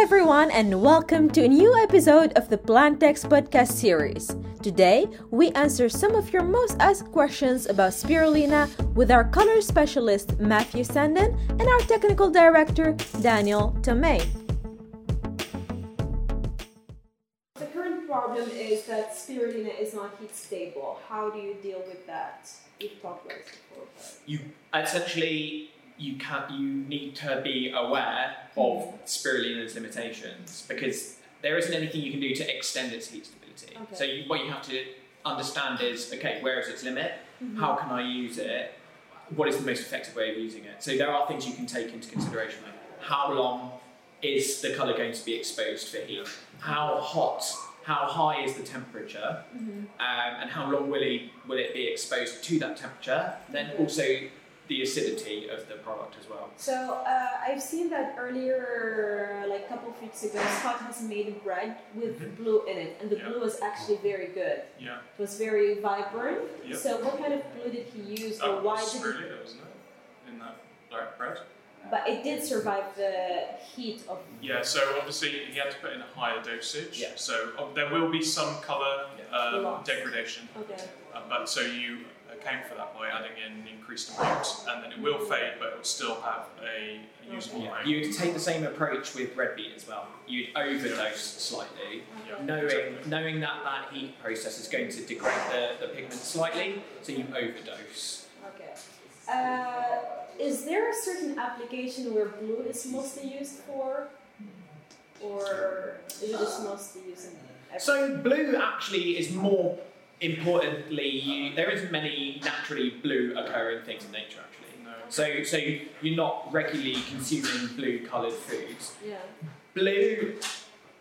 everyone, and welcome to a new episode of the Plantex podcast series. Today, we answer some of your most asked questions about spirulina with our color specialist Matthew Sandin and our technical director Daniel Tomei. The current problem is that spirulina is not heat stable. How do you deal with that? You've talked about this before. but- you essentially you can not you need to be aware of spirulina's limitations because there isn't anything you can do to extend its heat stability. Okay. So you, what you have to understand is okay, where is its limit? How can I use it? What is the most effective way of using it? So there are things you can take into consideration like how long is the colour going to be exposed for heat? How hot? How high is the temperature? um, and how long will it, will it be exposed to that temperature? Then also the acidity of the product as well. So uh, I've seen that earlier, like a couple of weeks ago, Scott has made a bread with blue in it, and the Mm-hmm. Yeah. blue is actually very good. Yeah. It was very vibrant. Yep. So what kind of blue did he use, That or why was did? He, Spirulina, wasn't it? In that black bread. but it did survive the heat of. Yeah. So obviously he had to put in a higher dosage. Yeah. So uh, there will be some colour Yeah. um, Loss. degradation, Okay. uh, but so you account for that by adding in increased amounts, and then it will fade, but it will still have a usable amount. You'd take the same approach with red beet as well. You'd overdose slightly, Yeah, knowing exactly. knowing that that heat process is going to degrade the, the pigment slightly, so you overdose. Okay. Uh, is there a certain application where blue is mostly used for, or is it just mostly used in every- So blue actually is more importantly. You, there isn't many naturally blue occurring things in nature actually. No. So so you're not regularly consuming blue coloured foods. Yeah. Blue,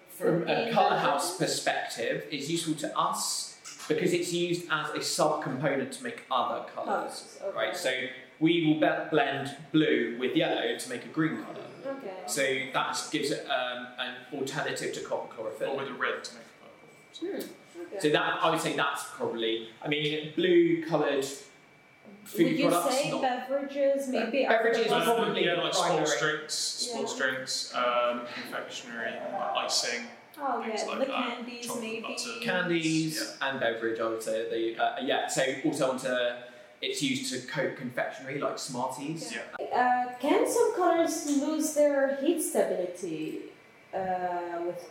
from a Yeah. colour house perspective, is useful to us because it's used as a sub-component to make other colours. Colours, okay. Right, so we will be- blend blue with yellow to make a green colour. Okay. So that gives it um, an alternative to cotton chlorophyll. Or with a red to make a purple. Hmm, okay. So that I would say that's probably. I mean, blue-coloured food Would you products. say not- beverages maybe are Beverages the It's Uh, ones- probably yeah, like sports primary. drinks, sports Yeah. drinks, um, confectionery, like icing. Oh things yeah, like the uh, that, candies chocolate maybe. butter. candies and beverage. I would say they, uh, yeah. So also onto it's used to coat confectionery like Smarties. Yeah. Uh, can some colors lose their heat stability uh, with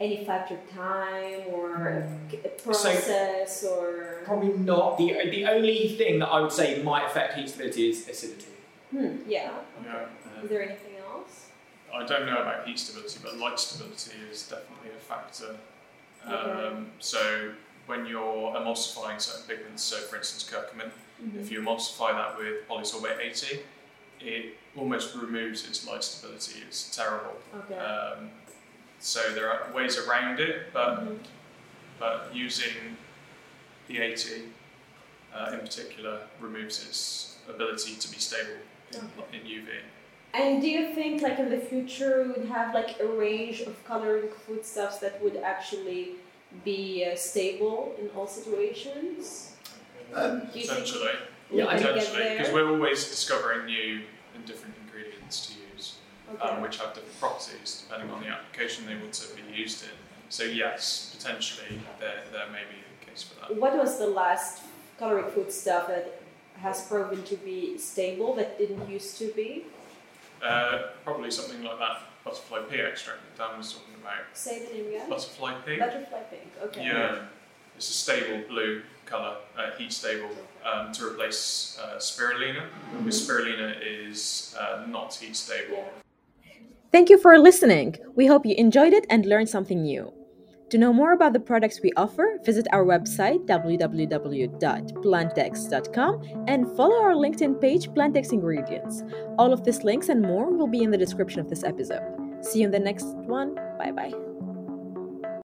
any factor time or a- a process or? Probably not. The, the only thing that I would say might affect heat stability is acidity. Um, Hmm, yeah. Yeah. Is there anything else? I don't know about heat stability, but light stability is definitely a factor. Um, Okay. So when you're emulsifying certain pigments, so for instance curcumin, Mm-hmm. if you emulsify that with polysorbate 80, it almost removes its light stability. It's terrible. Okay. Uh, Um, so there are ways around it, but Mhm. but using the 80 uh, in particular removes its ability to be stable in, in UV. And do you think, like in the future, we would have like a range of coloring foodstuffs that would actually be uh, stable in all situations? Do you think Essentially. we Yeah, I can get Potentially, because there? we're always discovering new and different ingredients to use, um, Okay. which have different properties depending on the application they want to be used in. So yes, potentially there, there may be a case for that. What was the last coloring foodstuff that has proven to be stable that didn't used to be? Uh, probably something like that butterfly pea extract that Dan was talking about. Say the name again. Butterfly pea. Butterfly pink. Okay. Yeah, it's a stable blue colour, uh, heat stable, um, to replace uh, spirulina. Because spirulina is uh, not heat stable. Mm-hmm. Yeah. Thank you for listening. We hope you enjoyed it and learned something new. To know more about the products we offer, visit our website www.plantex.com and follow our LinkedIn page Plantex Ingredients. All of these links and more will be in the description of this episode. See you in the next one. Bye bye.